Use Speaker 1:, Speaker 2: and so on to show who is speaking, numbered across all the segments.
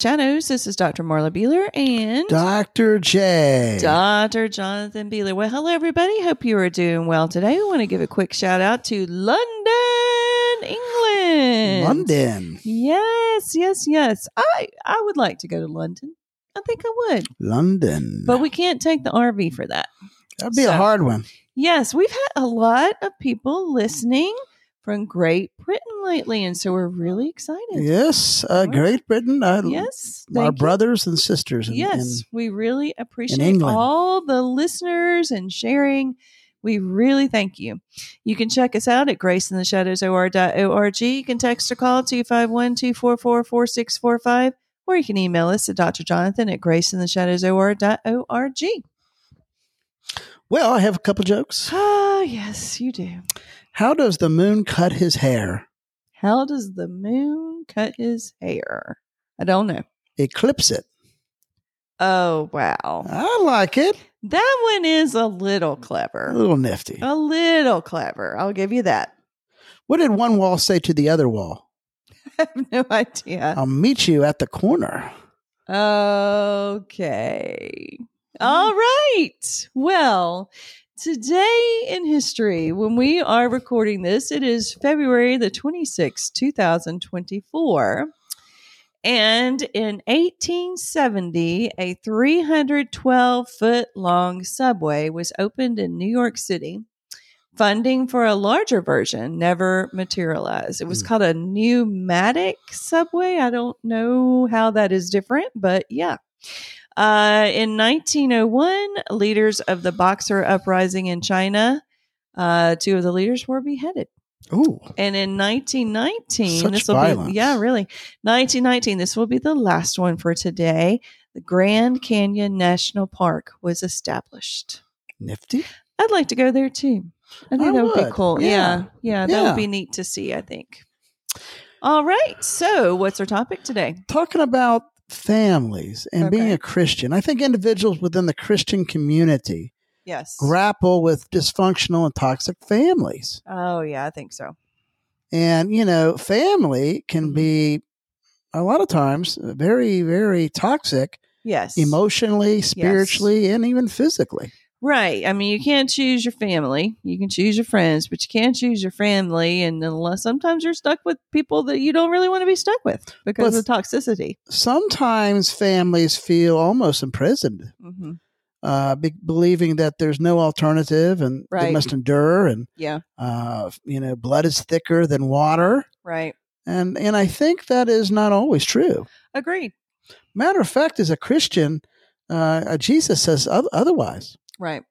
Speaker 1: Shadows. This is Dr. Marla Beeler and
Speaker 2: Dr. J.
Speaker 1: Dr. Jonathan Beeler. Well, hello, everybody. Hope you are doing well today. We want to give a quick shout out to London, England.
Speaker 2: London.
Speaker 1: Yes, yes, yes. I, I would like to go to London. I think I would,
Speaker 2: London.
Speaker 1: but we can't take the RV for that.
Speaker 2: That'd be
Speaker 1: so-
Speaker 2: a hard one.
Speaker 1: Yes, we've had a lot of people listening from Great Britain lately, and so we're really excited.
Speaker 2: Yes. Uh,
Speaker 1: Right.
Speaker 2: Great Britain. I,
Speaker 1: Yes,
Speaker 2: Our
Speaker 1: thank you.
Speaker 2: brothers and sisters. In,
Speaker 1: yes,
Speaker 2: in-
Speaker 1: we really appreciate
Speaker 2: England.
Speaker 1: all the listeners and sharing. We really thank you. You can check us out at graceintheshadowsor.org. You can text or call 251 244 4645, or you can email us at drjonathan at graceintheshadowsor.org.
Speaker 2: well, I have a couple jokes.
Speaker 1: Ah, yes, you do.
Speaker 2: How does the moon cut his hair?
Speaker 1: How does the moon cut his hair? I don't know.
Speaker 2: It clips it.
Speaker 1: Oh, wow.
Speaker 2: I like it.
Speaker 1: That one is a little
Speaker 2: A
Speaker 1: clever.
Speaker 2: little nifty.
Speaker 1: A little clever. I'll give you that.
Speaker 2: What did one wall say to the other wall?
Speaker 1: I have no idea.
Speaker 2: I'll meet you at the corner.
Speaker 1: Okay. All right. Well, today in history, when we are recording this, it is February the 26th, 2024. And in 1870, a 312 foot long subway was opened in New York City. Funding for a larger version never materialized. It was
Speaker 2: Hmm.
Speaker 1: called a pneumatic subway. I don't know how that is different, but yeah. Uh, in 1901, leaders of the Boxer Uprising in China, uh, two of the leaders were beheaded.
Speaker 2: Ooh.
Speaker 1: And in 1919,
Speaker 2: Such
Speaker 1: this will
Speaker 2: violence.
Speaker 1: be yeah, really 1919. This will be the last one for today. The Grand Canyon National Park was established.
Speaker 2: Nifty.
Speaker 1: I'd like to go there too. I think
Speaker 2: I
Speaker 1: that would, be
Speaker 2: would.
Speaker 1: cool. Yeah. yeah,
Speaker 2: Yeah.
Speaker 1: that
Speaker 2: Yeah.
Speaker 1: would be neat to see. I think. All right. So, what's our topic today?
Speaker 2: Talking about families and being
Speaker 1: Okay.
Speaker 2: a Christian, I think individuals within the Christian community
Speaker 1: Yes.
Speaker 2: grapple with dysfunctional and toxic families.
Speaker 1: oh yeah, I think so.
Speaker 2: And, you know, family
Speaker 1: Mm-hmm.
Speaker 2: can be a lot of times very, very toxic
Speaker 1: Yes.
Speaker 2: emotionally, spiritually, and even physically.
Speaker 1: Right. I mean, you can't choose your family. You can choose your friends, but you can't choose your family. And unless sometimes you're stuck with people that you don't really want to be stuck with because
Speaker 2: But-
Speaker 1: of toxicity.
Speaker 2: Sometimes families feel almost imprisoned,
Speaker 1: hmm
Speaker 2: uh, be- believing that there's no alternative and
Speaker 1: Right.
Speaker 2: they must endure. And,
Speaker 1: Yeah.
Speaker 2: uh, you know, blood is thicker than water.
Speaker 1: Right.
Speaker 2: And, and I think that is not always true.
Speaker 1: Agreed.
Speaker 2: Matter of fact, as a Christian, uh, uh, Jesus says oth- otherwise.
Speaker 1: Right.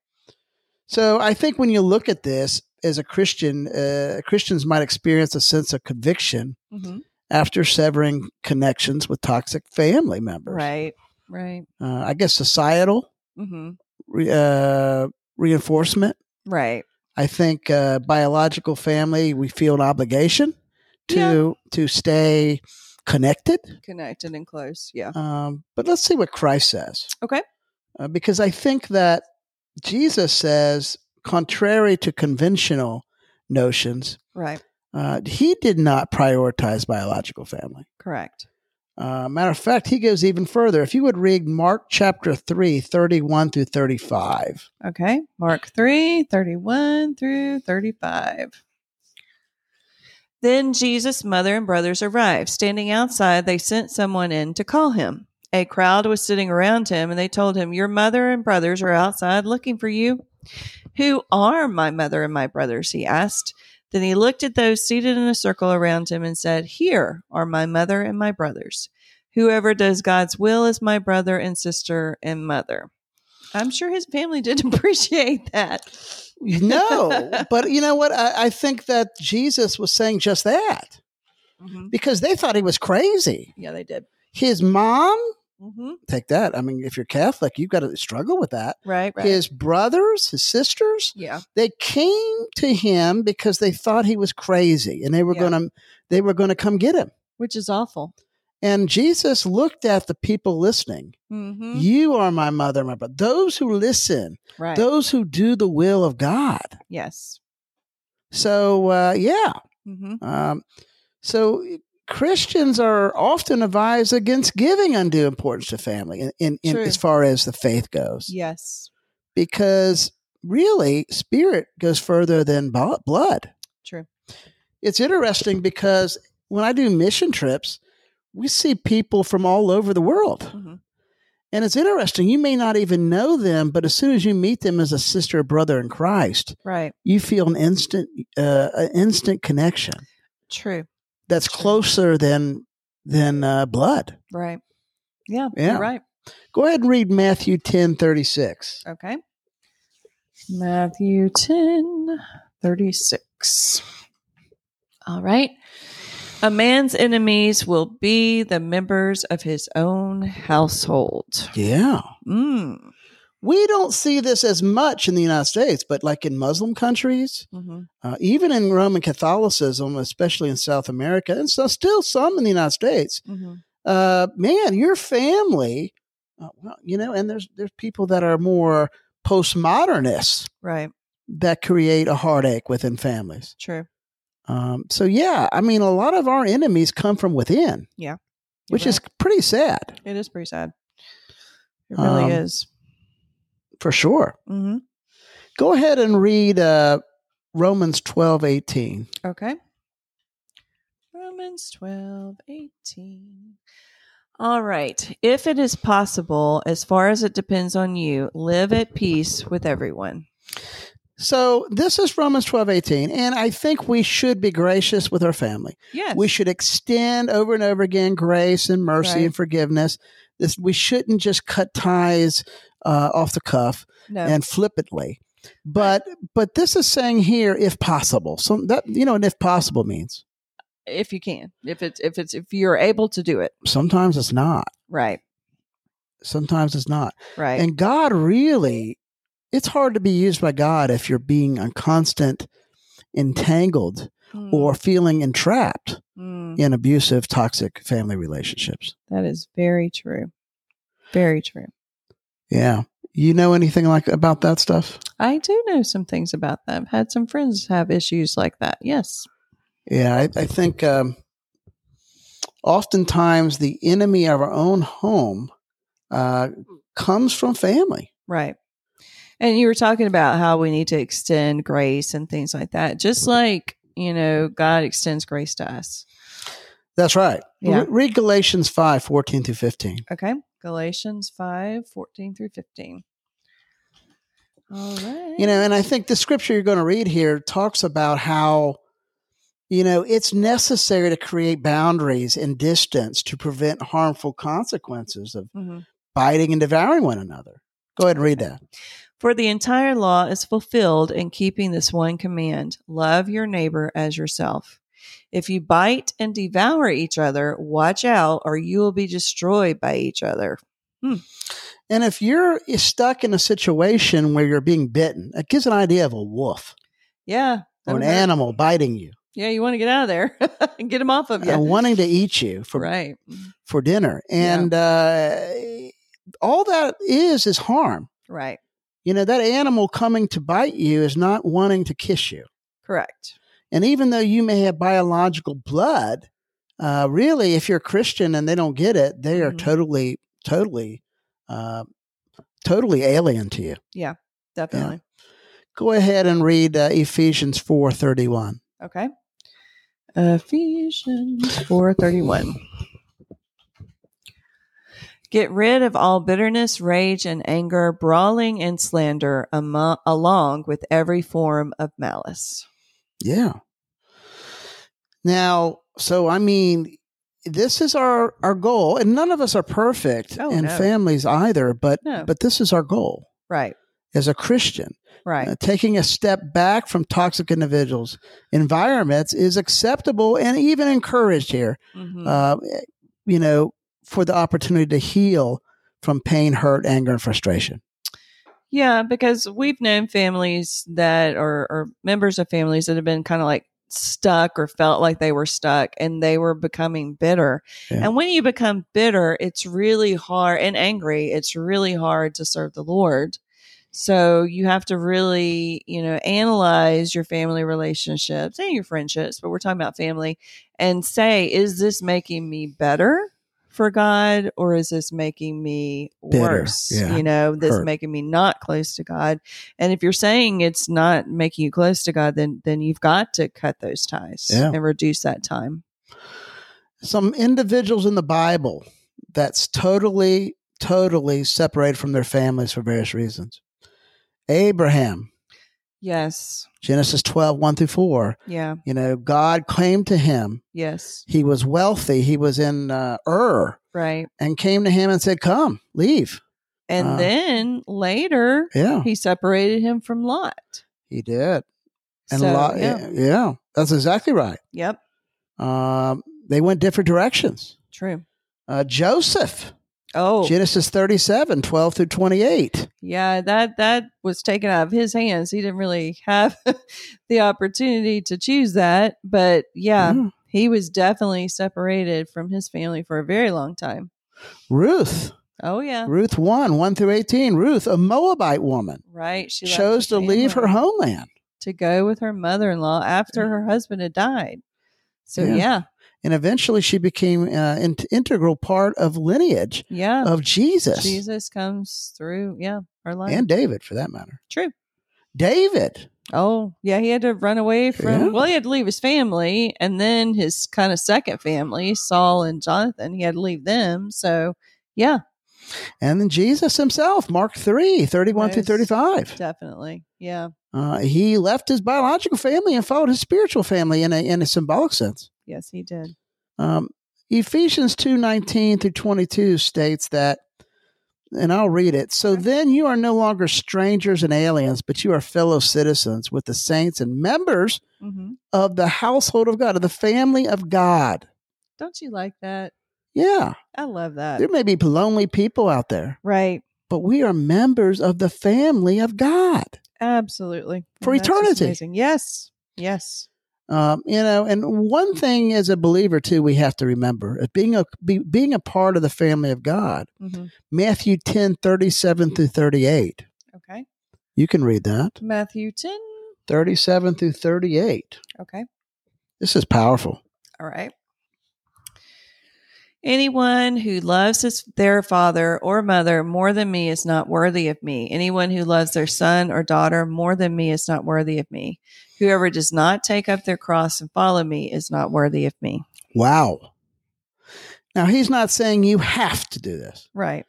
Speaker 2: So I think when you look at this as a Christian, uh, Christians might experience a sense of conviction
Speaker 1: hmm
Speaker 2: after severing connections with toxic family members.
Speaker 1: Right. Right.
Speaker 2: Uh, I guess societal
Speaker 1: hmm
Speaker 2: re- uh, reinforcement.
Speaker 1: Right.
Speaker 2: I think uh, biological family, we feel an obligation to to stay connected.
Speaker 1: Connected and close. Yeah.
Speaker 2: Um, but let's see what Christ says.
Speaker 1: Okay.
Speaker 2: Uh, because I think that Jesus says, contrary to conventional notions,
Speaker 1: Right.
Speaker 2: Uh, he did not prioritize biological family.
Speaker 1: Correct.
Speaker 2: Uh, matter of fact, he goes even further. If you would read Mark chapter 3, 31 through 35.
Speaker 1: Okay. Mark 3 31 through 35. Then Jesus' mother and brothers arrived. Standing outside, they sent someone in to call him. A crowd was sitting around him, and they told him, Your mother and brothers are outside looking for you. Who are my mother and my brothers? He asked. Then he looked at those seated in a circle around him and said, Here are my mother and my brothers. Whoever does God's will is my brother and sister and mother. I'm sure his family did appreciate that.
Speaker 2: No, but you know what? I, I think that Jesus was saying just that
Speaker 1: Mhm.
Speaker 2: because they thought he was crazy.
Speaker 1: Yeah, they did.
Speaker 2: His mom,
Speaker 1: hmm
Speaker 2: take that. I mean, if you're Catholic, you've got to struggle with that.
Speaker 1: Right, right.
Speaker 2: His brothers, his sisters,
Speaker 1: yeah,
Speaker 2: they came to him because they thought he was crazy and they were
Speaker 1: Yeah.
Speaker 2: going to they were going to come get him.
Speaker 1: which is awful.
Speaker 2: And Jesus looked at the people listening.
Speaker 1: hmm
Speaker 2: You are my mother, my brother. Those who listen,
Speaker 1: Right.
Speaker 2: those who do the will of God.
Speaker 1: yes.
Speaker 2: So, uh, yeah.
Speaker 1: hmm
Speaker 2: Um, so Christians are often advised against giving undue importance to family in, in, in
Speaker 1: True.
Speaker 2: as far as the faith goes.
Speaker 1: Yes.
Speaker 2: Because really, spirit goes further than bo- blood.
Speaker 1: True.
Speaker 2: It's interesting because when I do mission trips, we see people from all over the world.
Speaker 1: hmm
Speaker 2: And it's interesting. You may not even know them, but as soon as you meet them as a sister or brother in Christ,
Speaker 1: Right.
Speaker 2: you feel an instant, uh, an instant connection
Speaker 1: True.
Speaker 2: that's closer than than uh, blood.
Speaker 1: Right. Yeah.
Speaker 2: Yeah.
Speaker 1: You're right.
Speaker 2: Go ahead and read Matthew ten thirty six.
Speaker 1: Okay. Matthew 10 36. All right. A man's enemies will be the members of his own household.
Speaker 2: Yeah,
Speaker 1: Mm.
Speaker 2: we don't see this as much in the United States, but like in Muslim countries,
Speaker 1: Mhm.
Speaker 2: uh, even in Roman Catholicism, especially in South America, and so still some in the United States.
Speaker 1: Mhm.
Speaker 2: Uh, man, your family, uh, well, you know, and there's there's people that are more postmodernists
Speaker 1: Right.
Speaker 2: that create a heartache within families.
Speaker 1: True.
Speaker 2: Um, so yeah, I mean, a lot of our enemies come from within.
Speaker 1: You're
Speaker 2: which is pretty sad
Speaker 1: right. it is pretty sad. It really
Speaker 2: Um,
Speaker 1: is.
Speaker 2: for sure.
Speaker 1: hmm
Speaker 2: Go ahead and read uh, Romans twelve eighteen.
Speaker 1: Okay. Romans 12, 18. All right. If it is possible, as far as it depends on you, live at peace with everyone.
Speaker 2: So this is Romans twelve eighteen, and I think we should be gracious with our family.
Speaker 1: Yes.
Speaker 2: We should extend over and over again grace and mercy
Speaker 1: Right.
Speaker 2: and forgiveness. This we shouldn't just cut ties uh, off the cuff
Speaker 1: no.
Speaker 2: and flippantly. But but this is saying here, if possible, so that you know, and if possible means
Speaker 1: if you can. If it's if it's if you're able to do it.
Speaker 2: sometimes it's not.
Speaker 1: Right.
Speaker 2: Sometimes it's not.
Speaker 1: Right.
Speaker 2: And God really, it's hard to be used by God if you're being a constant entangled
Speaker 1: Mm,
Speaker 2: or feeling entrapped
Speaker 1: mm.
Speaker 2: in abusive, toxic family relationships.
Speaker 1: that is very true. Very true.
Speaker 2: Yeah. You know anything like about that stuff?
Speaker 1: I do know some things about that. I've had some friends have issues like that. Yes.
Speaker 2: Yeah, I, I think um, oftentimes the enemy of our own home uh, comes from family.
Speaker 1: Right. And you were talking about how we need to extend grace and things like that, just like, you know, God extends grace to us.
Speaker 2: That's right.
Speaker 1: Yeah.
Speaker 2: Re- read Galatians 5 14 through 15.
Speaker 1: Okay. Galatians 5 14 through 15. All right.
Speaker 2: You know, and I think the scripture you're going to read here talks about how, you know, it's necessary to create boundaries and distance to prevent harmful consequences of
Speaker 1: Mhm.
Speaker 2: biting and devouring one another. Go ahead and read that.
Speaker 1: For the entire law is fulfilled in keeping this one command love your neighbor as yourself. If you bite and devour each other, watch out, or you will be destroyed by each other.
Speaker 2: And if you're stuck in a situation where you're being bitten, it gives an idea of a wolf
Speaker 1: Oh, Yeah.
Speaker 2: or an
Speaker 1: that'll hurt.
Speaker 2: animal biting you
Speaker 1: Yeah, you want to get out of there and get them off of you.
Speaker 2: and wanting to eat you for,
Speaker 1: Oh, right.
Speaker 2: for dinner. And uh, all that is is harm.
Speaker 1: Right.
Speaker 2: You know, that animal coming to bite you is not wanting to kiss you.
Speaker 1: Correct.
Speaker 2: And even though you may have biological blood, uh, really, if you're a Christian and they don't get it, they are
Speaker 1: Mhm.
Speaker 2: totally, totally, uh, totally alien to you.
Speaker 1: Definitely.
Speaker 2: Go ahead and read uh, Ephesians four thirty one.
Speaker 1: Okay. Ephesians 4:31. Get rid of all bitterness, rage and anger, brawling and slander amo- along with every form of malice.
Speaker 2: Yeah. Now, so I mean, this is our our goal, and none of us are perfect,
Speaker 1: Oh,
Speaker 2: and
Speaker 1: no.
Speaker 2: families either. But
Speaker 1: No.
Speaker 2: but this is our goal
Speaker 1: Right.
Speaker 2: as a Christian.
Speaker 1: Right.
Speaker 2: Uh, taking a step back from toxic individuals environments is acceptable and even encouraged here.
Speaker 1: Mhm.
Speaker 2: Uh, you know, for the opportunity to heal from pain, hurt, anger, and frustration.
Speaker 1: Yeah, because we've known families that or or members of families that have been kind of like stuck or felt like they were stuck and they were becoming bitter.
Speaker 2: Yeah.
Speaker 1: And when you become bitter, it's really hard and angry, it's really hard to serve the Lord So you have to really, you know, analyze your family relationships and your friendships, but we're talking about family and say, is this making me better for God or is this making me
Speaker 2: Bitter,
Speaker 1: worse?
Speaker 2: yeah,
Speaker 1: You know, this
Speaker 2: hurt.
Speaker 1: making me not close to God. And if you're saying it's not making you close to God, then then you've got to cut those ties
Speaker 2: Yeah.
Speaker 1: and reduce that time.
Speaker 2: Some individuals in the Bible that's totally, totally separated from their families for various reasons. Abraham,
Speaker 1: Yes.
Speaker 2: Genesis 12, 1 through 4.
Speaker 1: Yeah.
Speaker 2: You know, God came to him.
Speaker 1: Yes.
Speaker 2: He was wealthy. He was in uh, Ur
Speaker 1: Right.
Speaker 2: and came to him and said, Come, leave.
Speaker 1: And
Speaker 2: Uh,
Speaker 1: then later
Speaker 2: Yeah,
Speaker 1: he separated him from Lot.
Speaker 2: he did. And
Speaker 1: so,
Speaker 2: a lot,
Speaker 1: yeah.
Speaker 2: yeah. yeah, that's exactly right.
Speaker 1: Yep.
Speaker 2: Um, they went different directions.
Speaker 1: True.
Speaker 2: Uh, Joseph,
Speaker 1: Oh,
Speaker 2: Genesis 37, 12 through 28.
Speaker 1: yeah. That that was taken out of his hands. He didn't really have the opportunity to choose that, but yeah,
Speaker 2: Mm.
Speaker 1: he was definitely separated from his family for a very long time.
Speaker 2: Ruth,
Speaker 1: Oh yeah,
Speaker 2: Ruth 1, 1 through 18. Ruth, a Moabite woman,
Speaker 1: right. She left
Speaker 2: chose
Speaker 1: her
Speaker 2: to leave her
Speaker 1: family
Speaker 2: homeland.
Speaker 1: to go with her mother-in-law after her husband had died. So
Speaker 2: Yeah.
Speaker 1: yeah,
Speaker 2: And eventually she became an uh, in- integral part of lineage
Speaker 1: yeah.
Speaker 2: of Jesus,
Speaker 1: Oh. Jesus comes through. Yeah, her life.
Speaker 2: and David for that matter.
Speaker 1: True.
Speaker 2: David,
Speaker 1: Oh, yeah, he had to run away from.
Speaker 2: Yeah.
Speaker 1: Well, he had to leave his family, and then his kind of second family, Saul and Jonathan. He had to leave them. So, yeah,
Speaker 2: and then Jesus himself, Mark 3, 31 through
Speaker 1: Yes.
Speaker 2: 35.
Speaker 1: definitely, yeah,
Speaker 2: Uh, he left his biological family and followed his spiritual family in a, in a symbolic sense.
Speaker 1: yes, he did.
Speaker 2: Um, Ephesians two nineteen through 22 states that, and I'll read it. So
Speaker 1: Okay.
Speaker 2: then you are no longer strangers and aliens, but you are fellow citizens with the saints and members
Speaker 1: hmm
Speaker 2: of the household of God, of the family of God.
Speaker 1: Don't you like that?
Speaker 2: Yeah,
Speaker 1: I love that.
Speaker 2: there may be lonely people out there,
Speaker 1: Right,
Speaker 2: but we are members of the family of God.
Speaker 1: absolutely
Speaker 2: For
Speaker 1: And that's just
Speaker 2: eternity.
Speaker 1: amazing. Yes, yes,
Speaker 2: Um, you know, and one thing as a believer too, we have to remember is being a be, being a part of the family of God.
Speaker 1: hmm
Speaker 2: Matthew ten thirty seven through thirty eight.
Speaker 1: okay.
Speaker 2: You can read that
Speaker 1: Matthew ten.
Speaker 2: thirty seven through thirty eight.
Speaker 1: Okay.
Speaker 2: This is powerful.
Speaker 1: All right. Anyone who loves his, their father or mother more than me is not worthy of me. Anyone who loves their son or daughter more than me is not worthy of me. Whoever does not take up their cross and follow me is not worthy of me.
Speaker 2: Wow. Now he's not saying you have to do this,
Speaker 1: Right.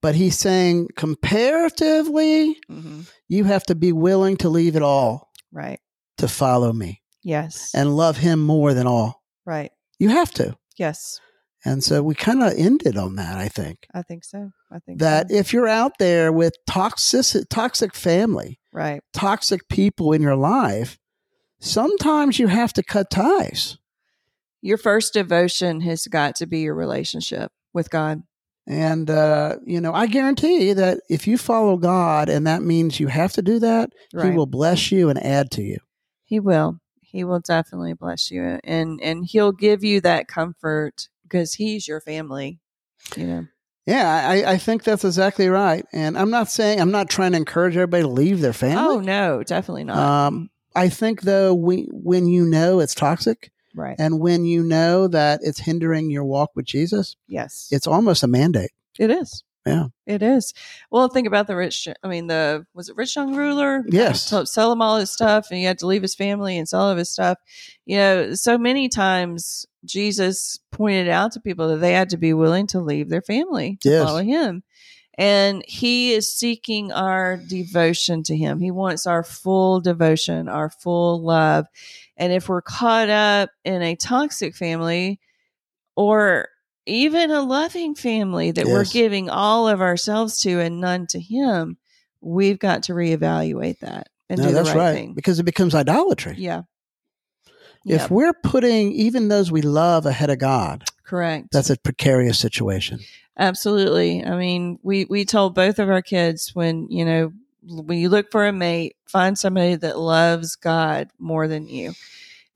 Speaker 2: but he's saying comparatively,
Speaker 1: Mm-hmm.
Speaker 2: you have to be willing to leave it all
Speaker 1: Right.
Speaker 2: to follow me
Speaker 1: Yes.
Speaker 2: and love him more than all.
Speaker 1: right.
Speaker 2: You have to.
Speaker 1: Yes.
Speaker 2: And so we kind of ended on that, I think.
Speaker 1: I think so. I think
Speaker 2: that
Speaker 1: so.
Speaker 2: if you're out there with toxic toxic family,
Speaker 1: right.
Speaker 2: toxic people in your life, sometimes you have to cut ties.
Speaker 1: Your first devotion has got to be your relationship with God.
Speaker 2: And uh, you know, I guarantee you that if you follow God, and that means you have to do that,
Speaker 1: Right.
Speaker 2: He will bless you and add to you.
Speaker 1: He will. He will definitely bless you and and he'll give you that comfort because he's your family. You know.
Speaker 2: Yeah, I, I think that's exactly right. And I'm not saying I'm not trying to encourage everybody to leave their
Speaker 1: Oh
Speaker 2: family.
Speaker 1: no, definitely not.
Speaker 2: um, I think though, we, when you know it's toxic,
Speaker 1: right.
Speaker 2: and when you know that it's hindering your walk with Jesus,
Speaker 1: Yes.
Speaker 2: it's almost a mandate.
Speaker 1: it is.
Speaker 2: Yeah.
Speaker 1: It is. Well, think about the rich. I mean, the was it rich young ruler?
Speaker 2: Yes.
Speaker 1: So- Sell him all his stuff, and he had to leave his family and sell all of his stuff. You know, so many times Jesus pointed out to people that they had to be willing to leave their family to
Speaker 2: Yes.
Speaker 1: follow him. And he is seeking our devotion to him. He wants our full devotion, our full love. And if we're caught up in a toxic family or even a loving family that we're
Speaker 2: Yes.
Speaker 1: giving all of ourselves to and none to him, we've got to reevaluate that and do the right, thing.
Speaker 2: because it becomes idolatry.
Speaker 1: Yeah.
Speaker 2: If
Speaker 1: Yep,
Speaker 2: we're putting even those we love ahead of God,
Speaker 1: correct.
Speaker 2: that's a precarious situation.
Speaker 1: Absolutely. I mean, we we told both of our kids when you know when you look for a mate, find somebody that loves God more than you,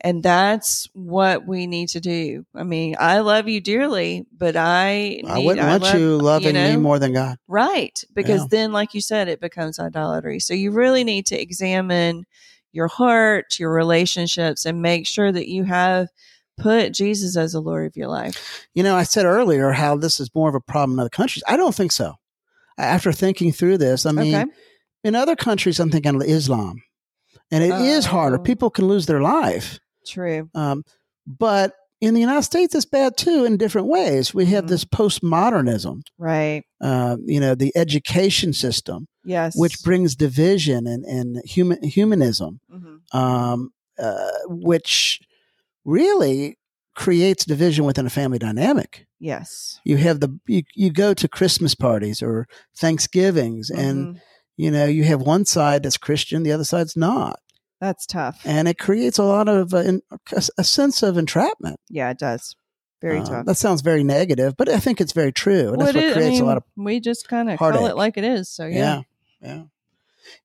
Speaker 1: And that's what we need to do. I mean, I love you dearly, but I
Speaker 2: I
Speaker 1: need-
Speaker 2: wouldn't want
Speaker 1: love-
Speaker 2: you loving me
Speaker 1: know,
Speaker 2: more than God.
Speaker 1: Right. Because
Speaker 2: Yeah.
Speaker 1: then, like you said, it becomes idolatry. So you really need to examine your heart, your relationships, and make sure that you have put Jesus as the Lord of your life.
Speaker 2: You know, I said earlier how this is more of a problem in other countries. I don't think so. After thinking through this, I mean,
Speaker 1: okay.
Speaker 2: in other countries, I'm thinking Islam, and it is harder.
Speaker 1: Oh.
Speaker 2: People can lose their life.
Speaker 1: True.
Speaker 2: Um, but in the United States, it's bad too in different ways. We have
Speaker 1: Mhm.
Speaker 2: this postmodernism,
Speaker 1: Right.
Speaker 2: uh, you know, the education system,
Speaker 1: Yes.
Speaker 2: which brings division and, and human, humanism,
Speaker 1: Mhm.
Speaker 2: um, uh, which really creates division within a family dynamic.
Speaker 1: Yes.
Speaker 2: You have the you, you go to Christmas parties or Thanksgivings, and
Speaker 1: Mhm.
Speaker 2: you know you have one side that's Christian, the other side's not,
Speaker 1: that's tough.
Speaker 2: and it creates a lot of uh, in, a, a sense of entrapment.
Speaker 1: yeah, it does. Very
Speaker 2: Um,
Speaker 1: tough.
Speaker 2: That sounds very negative, but I think it's very true. And
Speaker 1: Well,
Speaker 2: that's
Speaker 1: it
Speaker 2: what
Speaker 1: is- I
Speaker 2: creates a lot of,
Speaker 1: mean, we just kind of call
Speaker 2: heartache.
Speaker 1: it like it is. So yeah.
Speaker 2: yeah. Yeah.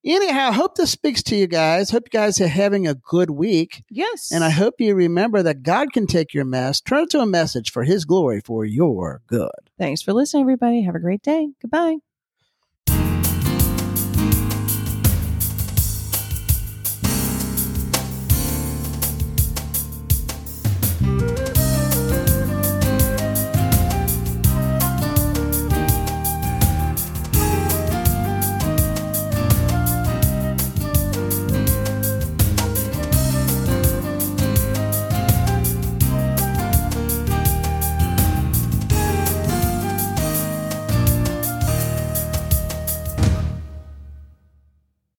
Speaker 2: Anyhow, I hope this speaks to you guys. Hope you guys are having a good week.
Speaker 1: Yes.
Speaker 2: And I hope you remember that God can take your mess, turn it to a message for his glory, for your good.
Speaker 1: Thanks for listening, everybody. Have a great day. Goodbye.